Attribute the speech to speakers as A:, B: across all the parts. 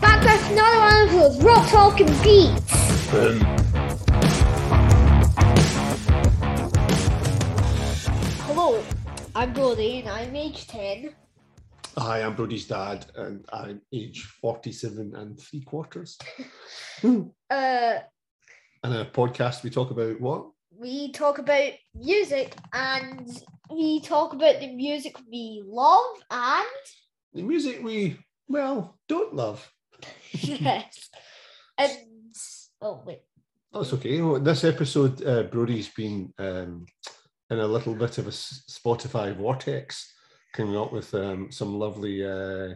A: that's another one of those real talking beats.
B: Um,
A: Hello, I'm Brody and I'm age 10.
B: Hi, I'm Brody's dad, and I'm age 47 and three quarters.
A: Uh,
B: And a podcast, we talk about what?
A: we talk about music and we talk about the music we love and
B: The music we, well, don't love.
A: yes. And oh wait.
B: That's okay. Well, this episode, uh, Brody's been um, in a little bit of a s- Spotify vortex, coming up with um, some lovely. Uh,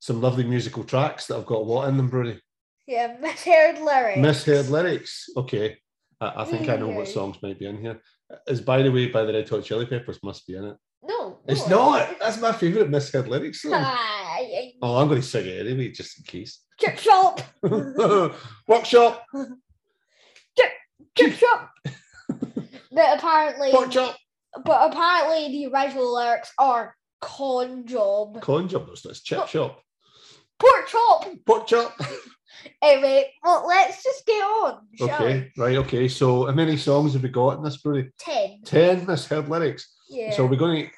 B: some lovely musical tracks that have got what in them, Brody?
A: Yeah, misheard lyrics.
B: Misheard lyrics. Okay. I, I think I know what
A: Yay.
B: songs might be in here. Is By the Way by the Red Hot Chili Peppers must be in it.
A: No,
B: It's
A: no.
B: not. That's my favourite misheard lyrics. song.
A: Ah, I- I-
B: oh, I'm going to sing it anyway, just in case.
A: Chip shop,
B: Workshop,
A: chip shop. but apparently,
B: workshop.
A: but apparently the original lyrics are con job,
B: Con job, that's not chip shop.
A: pork chop.
B: Pork chop.
A: Anyway, well, let's just get on. Shall we?
B: Okay, right, okay. So, how many songs have we got in this, Brody?
A: Ten.
B: 10 misheard lyrics.
A: Yeah.
B: So, we're going to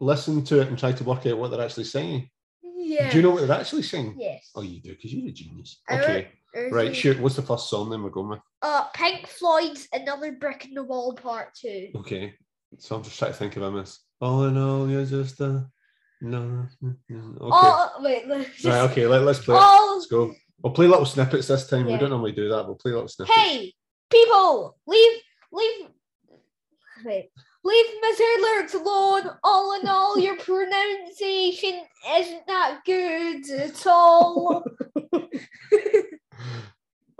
B: listen to it and try to work out what they're actually singing.
A: yeah.
B: Do you know what they're actually singing?
A: Yes.
B: Oh, you do, because you're a genius.
A: I
B: Okay,
A: There's
B: right,
A: the-
B: shoot. What's the first song then we're going with?
A: Uh, Pink Floyd's Another Brick in the Wall Part Two.
B: Okay. So I'm just trying to think of I miss. All in all, you're just a no. no, no. Okay.
A: Oh wait, let's just,
B: right, okay, let, let's play. it.
A: oh,
B: Let's go. We'll play little snippets this time.
A: Yeah.
B: We don't normally do that. We'll play little snippets.
A: hey people, leave, leave, wait, leave Mr. Lyrics alone. All in all, your pronunciation isn't that good at all.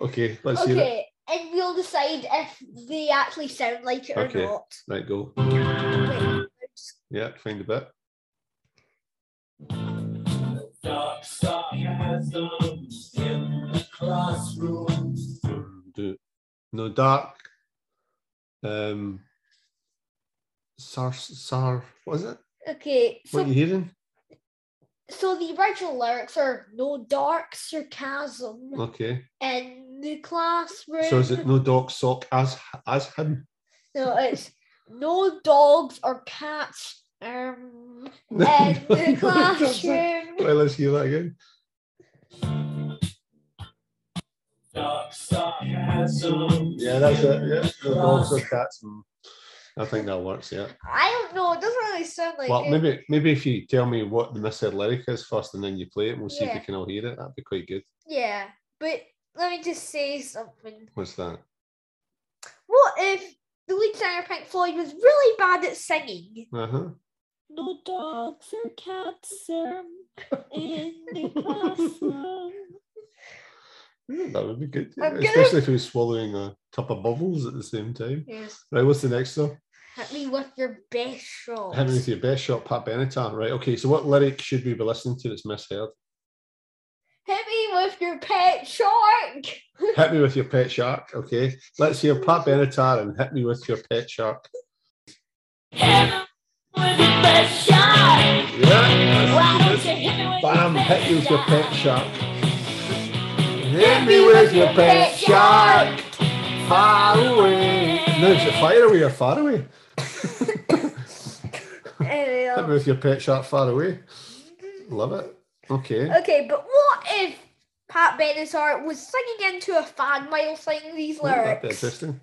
B: Okay, let's hear it.
A: okay, and we'll decide if they actually sound like it
B: Okay.
A: or not.
B: Right, go.
A: Wait, let's-
B: Yeah, find a bit.
C: Dark sarcasms in the classroom.
B: Do no dark. Um. Sar sar. What is it?
A: okay,
B: What
A: so
B: you hearing?
A: so the original lyrics are no dark sarcasm.
B: Okay.
A: in the classroom.
B: So is it no dog sock as as him?
A: No, it's no dogs or cats um, in the classroom.
B: Right, let's hear that again.
C: Dark sarcasms.
B: Yeah, that's it. Yeah, the dogs or
C: Class.
B: cats. Mm. I think that works. Yeah.
A: I don't know. It doesn't really sound like
B: Well,
A: it.
B: maybe maybe if you tell me what the misheard lyric is first, and then you play it, and we'll see if
A: Yeah.
B: we can all hear it. That'd be quite good.
A: Yeah, but let me just say something.
B: What's that?
A: What if the lead singer of Pink Floyd was really bad at singing?
B: Uh huh.
A: No dogs or cats um, in the classroom.
B: That would be good,
A: Hmm. I'm gonna-
B: especially if he was swallowing a cup of bubbles at the same time.
A: Yes,
B: Right, what's the next song?
A: hit me with your best shot.
B: Hit me with your best shot, Pat Benatar. Right, okay. So, what lyric should we be listening to that's misheard?
A: Hit me with your pet shark.
B: Hit me with your pet shark. Okay, let's hear Pat Benatar and hit me with your pet shark. Yeah. Bam! Hit you with your pet shark. Hit me with your pet shark. Far away. No, it's a fire away or far away. Hit me with your pet shark far away. Love it. Okay.
A: okay, but what if Pat Benatar was singing into a fan while singing these
B: Yeah, That'd be
A: lyrics?
B: interesting.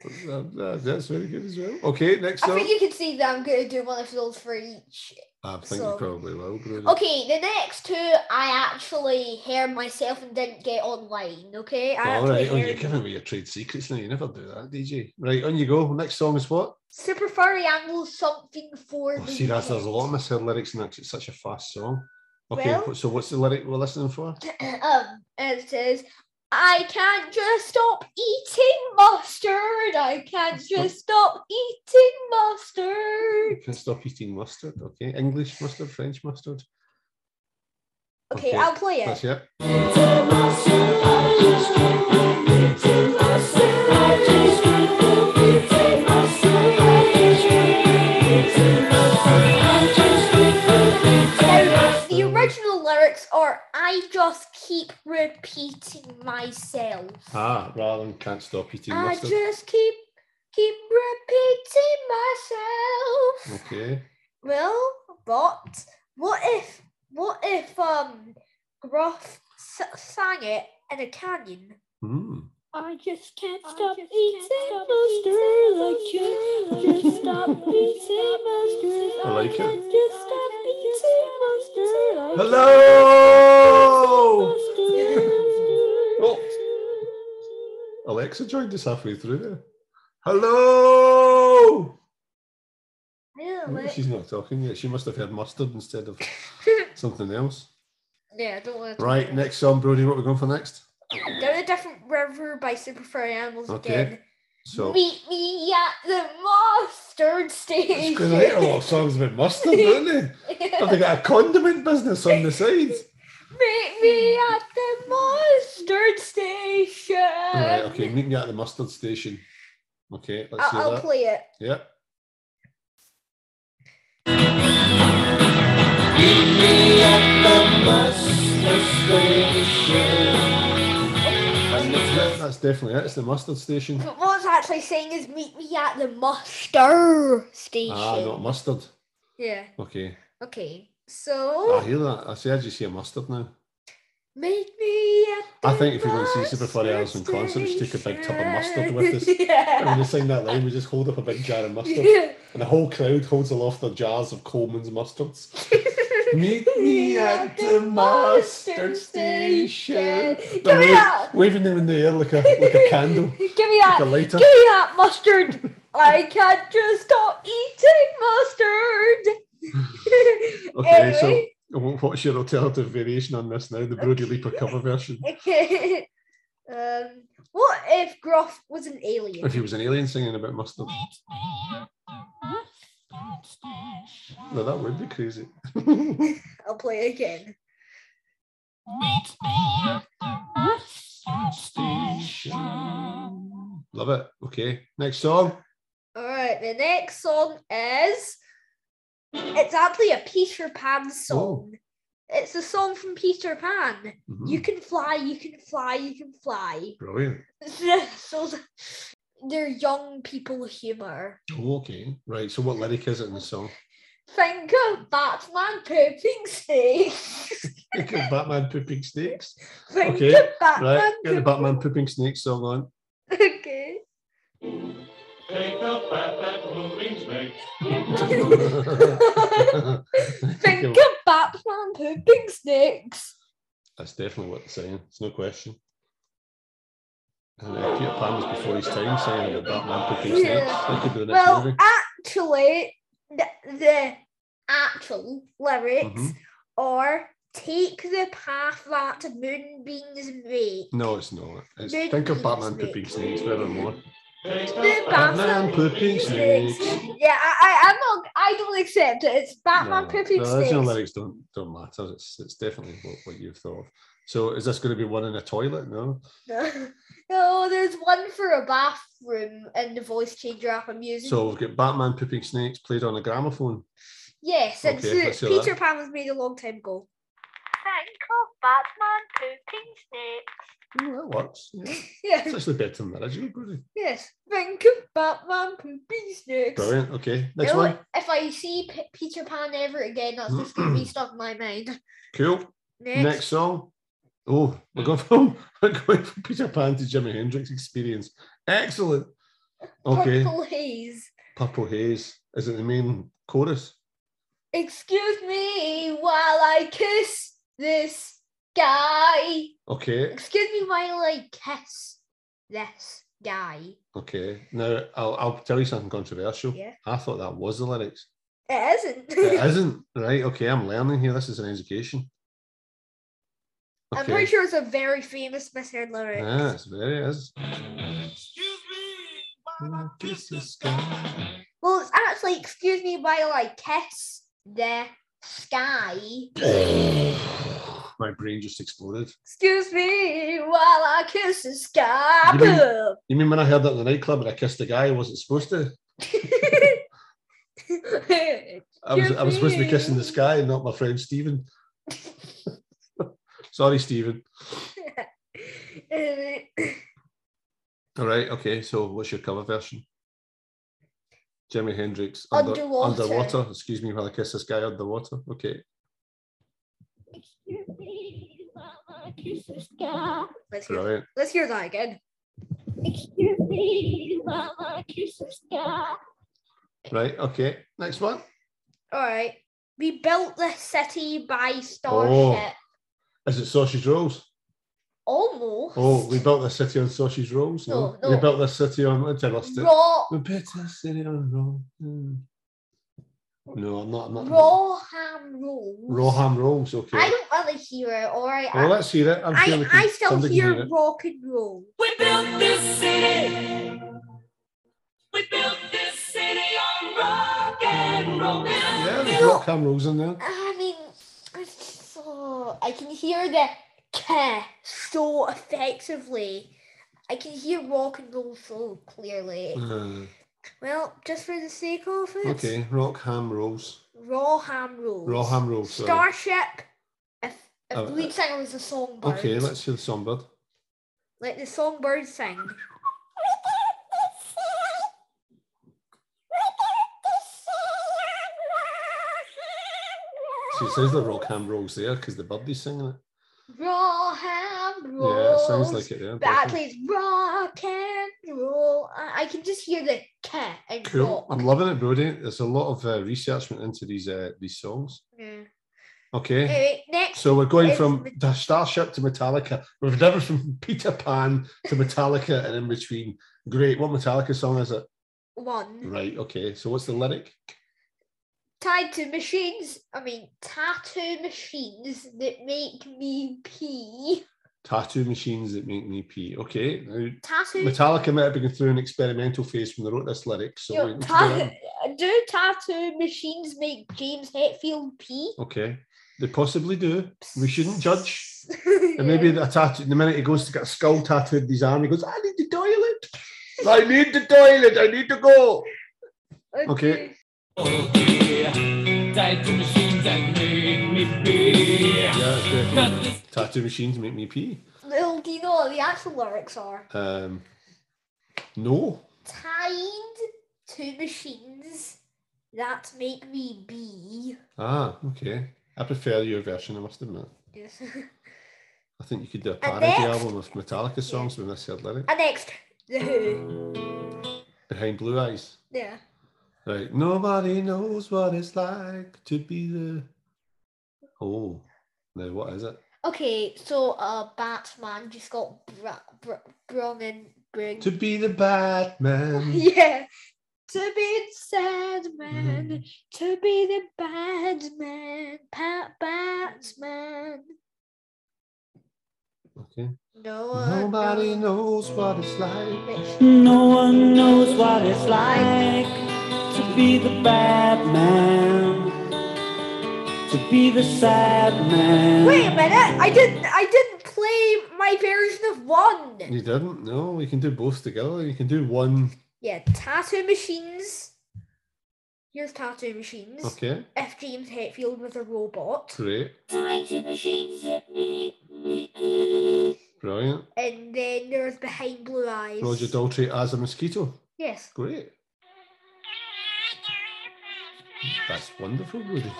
B: That- that- Uh, That's very good as well. Okay, next
A: I
B: up.
A: think you can see that I'm going to do one of those for each.
B: I think
A: so-
B: you probably will. Bruno.
A: Okay, the next two I actually heard myself and didn't get online. Okay, I actually
B: All right. Oh, you're
A: heard
B: giving me your trade secrets now. You never do that, DJ. Right, on you go. Next song is what?
A: Super Furry Angle something for
B: Oh,
A: the
B: see, that's, there's a lot
A: weekend.
B: of misheard lyrics in that 'cause it's such a fast song. Okay,
A: Well-
B: wh- so what's the lyric we're listening for?
A: um, and it says, I can't just stop eating mustard. I can't just stop eating
B: You
A: mustard.
B: can stop eating mustard. Okay, English mustard, French mustard.
A: Okay,
B: Okay,
A: I'll play it.
B: That's it.
C: I
A: I just keep repeating myself.
B: Ah, rather than can't stop eating
A: I
B: mustard.
A: just keep keep repeating myself.
B: Okay.
A: Well, but what if what if um Groff s- sang it in a canyon?
B: Hmm.
A: I just can't
D: stop eating mustard like you. Just stop eating mustard.
B: I like it.
D: can't Just stop eating mustard. I
B: Hello.
D: can't.
B: Oh. Alexa joined us halfway through there. Hello. Oh,
A: Yeah,
B: She's not talking yet. She must have had mustard instead of something else.
A: I don't want to.
B: Right. Next song, Brody. What we're going for next?
A: Go to different river by Super Furry Animals
B: Okay.
A: again.
B: So.
A: Meet me at the mustard station.
B: Because I write a lot of songs about mustard, don't they? Have they got a condiment business on the side?
A: Meet me at the mustard station.
B: All right, okay, meeting at the mustard station. Okay, let's
A: I'll, I'll
B: hear that.
A: play it.
B: Yeah. And that's it, That's definitely it. It's the mustard station.
A: But what it's actually saying is meet me at the mustard station.
B: Ah, not mustard.
A: yeah.
B: Okay.
A: Okay. So
B: I hear that. I see. I just hear mustard now.
A: meet me at the
B: I think if you're going to see Super Furry Alice in
A: mustard
B: concert, just take a big tub of mustard
A: station.
B: with us. And when
A: yeah.
B: they sing that line, we just hold up a big jar of mustard.
A: Yeah.
B: And the whole crowd holds aloft their jars of Coleman's mustards. Meet me at the mustard station.
A: Give me
B: They're
A: that.
B: wa- waving them in the air like a like a candle,
A: Give me
B: like a
A: that.
B: lighter.
A: Give me that mustard. I can't just stop eating mustard.
B: Okay, so
A: Anyway,
B: wh- Oh, what's your alternative variation on this now? The Brody Leaper cover version.
A: Okay. Um, what if Groff was an alien?
B: If he was an alien singing about mustard, no, that would be crazy.
A: I'll play it again.
B: Love it. Okay, next song.
A: All right, the next song is. It's actually a Peter Pan song.
B: Oh.
A: It's a song from Peter Pan.
B: Mhm.
A: You can fly, you can fly, you can fly.
B: Brilliant.
A: so they're young people humor.
B: Oh, okay, right. So what lyric is it in the song?
A: Think of Batman pooping snakes.
B: Look at Batman pooping snakes.
A: Think
B: Okay,
A: of Batman.
B: Right, get the
A: pooping-
B: Batman pooping snake song on.
A: Okay.
C: Take the fat that moving snake.
A: Think of Batman pooping snakes.
B: That's definitely what they're saying. It's no question. And uh, Peter Pan was before his time saying about Batman pooping snakes.
A: Yeah.
B: That could be the next
A: Well,
B: movie.
A: actually, the, the actual lyrics
B: Mhm.
A: are take the path that moonbeams make.
B: No, it's not. It's,
A: Big
B: think of
A: pooping
B: Batman
A: snake.
B: pooping snakes forevermore.
C: Take
A: The
C: the
B: Batman
A: Batman
B: pooping snakes.
A: Yeah, I, I, I'm not. I don't accept it. It's Batman
B: No,
A: pooping
B: the
A: snakes.
B: original lyrics don't don't matter. It's it's definitely what, what you've thought of. So is this going to be one in a toilet? No.
A: No. No, Oh, there's one for a bathroom and the voice changer app I'm using.
B: So we've got Batman pooping snakes played on a gramophone.
A: yes, and
B: Okay,
A: so
B: let's hear
A: Peter
B: that.
A: Pan was made a long time ago.
D: Think of Batman pooping snakes.
B: Ooh, Oh, that works. Yeah.
A: Yeah,
B: It's actually better than the original, Brody.
A: yes. Think of Batman pooping snakes.
B: Brilliant. Okay, next
A: You know,
B: one.
A: If I see P- Peter Pan ever again, that's just gonna be stuck in my mind.
B: Cool.
A: Next.
B: Next, song. Oh, we're going from we're going from Peter Pan to Jimi Hendrix Experience. Excellent. Okay, Purple,
A: Purple haze.
B: Haze. Is it the main chorus?
A: Excuse me while I kiss this guy.
B: Okay,
A: Excuse me while I kiss this guy.
B: okay. Now I'll, I'll tell you something controversial.
A: Yeah.
B: I thought that was the lyrics.
A: It isn't.
B: It isn't right. Okay, I'm learning here. This is an education.
A: I'm pretty sure it's a very famous Miss Head lyric.
B: Yeah, it's very it is.
C: Excuse me while I kiss the sky.
A: Well, it's actually excuse me while I kiss the sky.
B: My brain just exploded.
A: Excuse me while I kiss the sky.
B: You mean- You mean when I heard that in the nightclub and I kissed the guy I wasn't supposed to? I was, I was supposed to be kissing the sky and not my friend Stephen. Sorry, Stephen.
A: Uh,
B: All right. Okay. So, what's your cover version? Jimi Hendrix.
A: Underwater.
B: Underwater. Excuse me while I kiss this guy underwater. Okay.
D: Excuse me, Mama, kiss the sky.
A: let's, hear,
B: Brilliant.
A: let's hear that again.
D: Excuse me, Mama, kiss the sky.
B: Right. Okay. Next one.
A: All right. We built the city
B: Oh.
A: by starship.
B: Is it sausage rolls?
A: Almost.
B: Oh, we built this city on sausage rolls. No,
A: No, no.
B: we built this city on. I lost it.
A: raw,
B: We built this city on roll. Hmm. No, I'm not. I'm not
A: raw ham rolls.
B: raw ham rolls. Okay.
A: I don't really hear it. All right.
B: Well, let's hear it. I'm
A: I,
B: sure we
A: I,
B: can,
A: I still
B: somebody
A: hear
B: can it.
A: rock and roll.
C: We built this city. We built this city on rock and roll.
B: Yeah, there's
A: No.
B: rock ham rolls in there.
A: I mean, it's, oh, I can hear the K so effectively. I can hear rock and roll so clearly.
B: Uh,
A: Well, just for the sake of it,
B: okay, rock ham rolls.
A: raw ham rolls.
B: Raw ham rolls. sorry.
A: Starship. If, if
B: Oh,
A: the lead singer was a songbird,
B: Okay, let's hear the songbird.
A: let the songbird sing.
B: She says the rock ham rolls there because the birdie's singing it.
A: Raw ham rolls.
B: Yeah, it sounds like it there.
A: But
B: doesn't it?
A: actually, it's rock and roll. I, I can just hear the K and
B: Cool.
A: rock.
B: I'm loving it, Brody. There's a lot of uh, research went into these uh, these songs.
A: Yeah.
B: Okay.
A: Anyway, next.
B: So we're going
A: It's
B: from
A: Met-
B: the Starship to Metallica. We've never from Peter Pan to Metallica and in between. Great. What Metallica song is it?
A: one
B: Right. Okay. So what's the lyric?
A: tied to machines i mean tattoo machines that make me pee
B: Tattoo machines that make me pee. Okay. Now,
A: tattoo
B: Metallica might have been through an experimental phase when they wrote this lyric. So
A: Yo,
B: it's
A: ta-
B: good.
A: do tattoo machines make james hetfield pee
B: okay. They possibly do. We shouldn't judge. And maybe the tattoo, the minute he goes to get a skull tattooed in his arm, he goes, I need the toilet. I need the toilet. I need to go. okay.
C: Tied to machines that make me be.
B: Yeah, that's
C: Cut
B: definitely.
C: this
B: Tattoo machines make me pee.
A: little do you know what the actual lyrics are
B: Um, no.
A: tied to machines that make me pee
B: Ah, okay. I prefer your version, I must admit.
A: yes.
B: I think you could do a
A: And
B: parody
A: next-
B: album of Metallica songs with this said lyric.
A: and next the who
B: Behind Blue Eyes.
A: yeah
B: Right. Nobody knows what it's like to be the. Oh, now what is it?
A: Okay, so uh, Batman just got bra- bra- brung in. Bring-
B: To be the Batman.
A: yeah, to be the sad man,
B: Mm.
A: to be the bad man, Pat Batman.
B: Okay.
A: No, one
B: Nobody knows what it's like.
A: knows.
E: No one knows what it's like to be the bad man, to be the sad man.
A: Wait a minute! I didn't. I didn't play my version of one.
B: You didn't? No, we can do both together. You can do one.
A: Yeah, tattoo machines. Here's tattoo machines.
B: Okay.
A: If James Hetfield was a robot,
B: Great. Brilliant.
A: and then there's behind blue eyes.
B: Roger Daltrey as a mosquito.
A: Yes.
B: Great. That's wonderful, Rudy.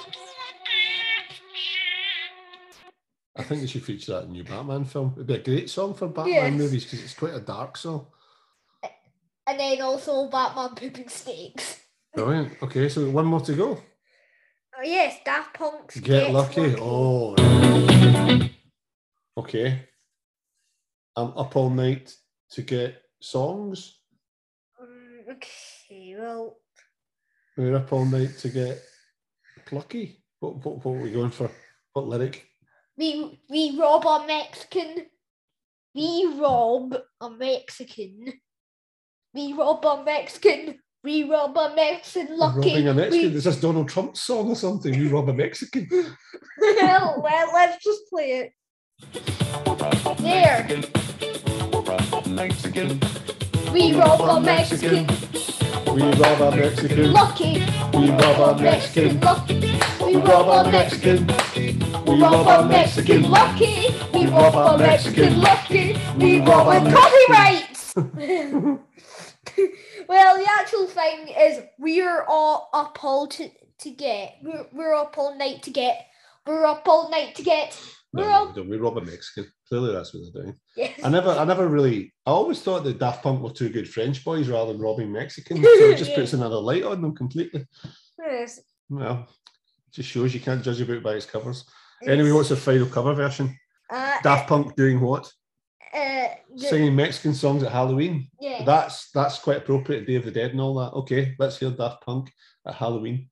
B: I think they should feature that in your Batman film. It'd be a great song for Batman
A: Yes.
B: movies because it's quite a dark song.
A: And then also Batman pooping snakes.
B: Brilliant. Okay, so one more to go.
A: Oh yes, Daft Punk's
B: Get, lucky. Oh. yeah. Okay. I'm up all night to get songs.
A: Um, okay, well,
B: We were up all night to get plucky. What, what, what were we going for? What lyric?
A: we we rob a Mexican. We rob a Mexican. We rob a Mexican. We rob a Mexican. Lucky.
B: Robbing a Mexican.
A: We...
B: Is this Donald Trump's song or something? We rob a Mexican.
A: well, well, let's just play it. There. We rob a Mexican.
B: We rob a Mexican.
A: Lucky.
B: We rob a Mexican.
A: Lucky. We
B: We
A: rob
B: rob
A: a
B: a
A: Mexican.
B: Mexican. We
A: Rob
B: rob
A: a
B: a Mexican.
A: Mexican. Lucky. We people for Mexican looking people with copyrights. well, the actual thing is, we're all up all to, to get. We're, we're up all night to get. We're up all night to get.
B: No,
A: We're
B: no,
A: up.
B: no, we rob a Mexican. Clearly, that's what they're doing.
A: Yes.
B: I never, I never really. I always thought that Daft Punk were two good French boys rather than robbing Mexicans. So it just puts another light on them completely.
A: Yes.
B: Well, just shows you can't judge a book by its covers. Anyway, what's the final cover version?
A: Uh,
B: Daft Punk doing what?
A: uh, the,
B: Singing Mexican songs at Halloween.
A: yeah.
B: That's that's quite appropriate. Day of the Dead and all that. Okay, let's hear Daft Punk at Halloween.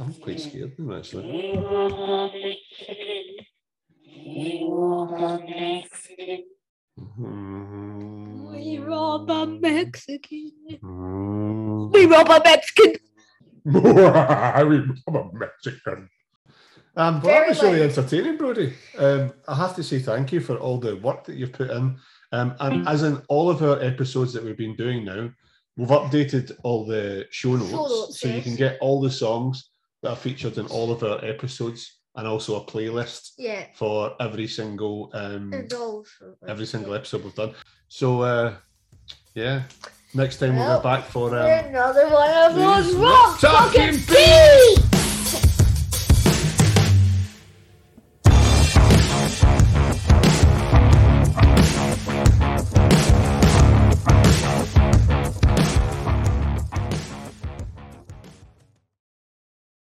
B: I'm quite scared of them actually.
D: We rob a
B: Mm-hmm.
D: Mexican.
B: Mm.
A: we rob a Mexican.
B: I remember Mexican. Um, but that
A: Very
B: was really
A: nice.
B: entertaining, Brody. Um, I have to say thank you for all the work that you've put in. Um, and as in all of our episodes that we've been doing now, we've updated all the show notes,
A: notes,
B: so you
A: yes.
B: can get all the songs that are featured in all of our episodes and also a playlist
A: Yeah.
B: for every single um,
A: And also.
B: every single episode we've done. So uh, yeah, next time we'll be
A: Well,
B: back for um,
A: Another one of
B: Please
A: those rock
B: stop
A: fucking
B: him,
A: beats.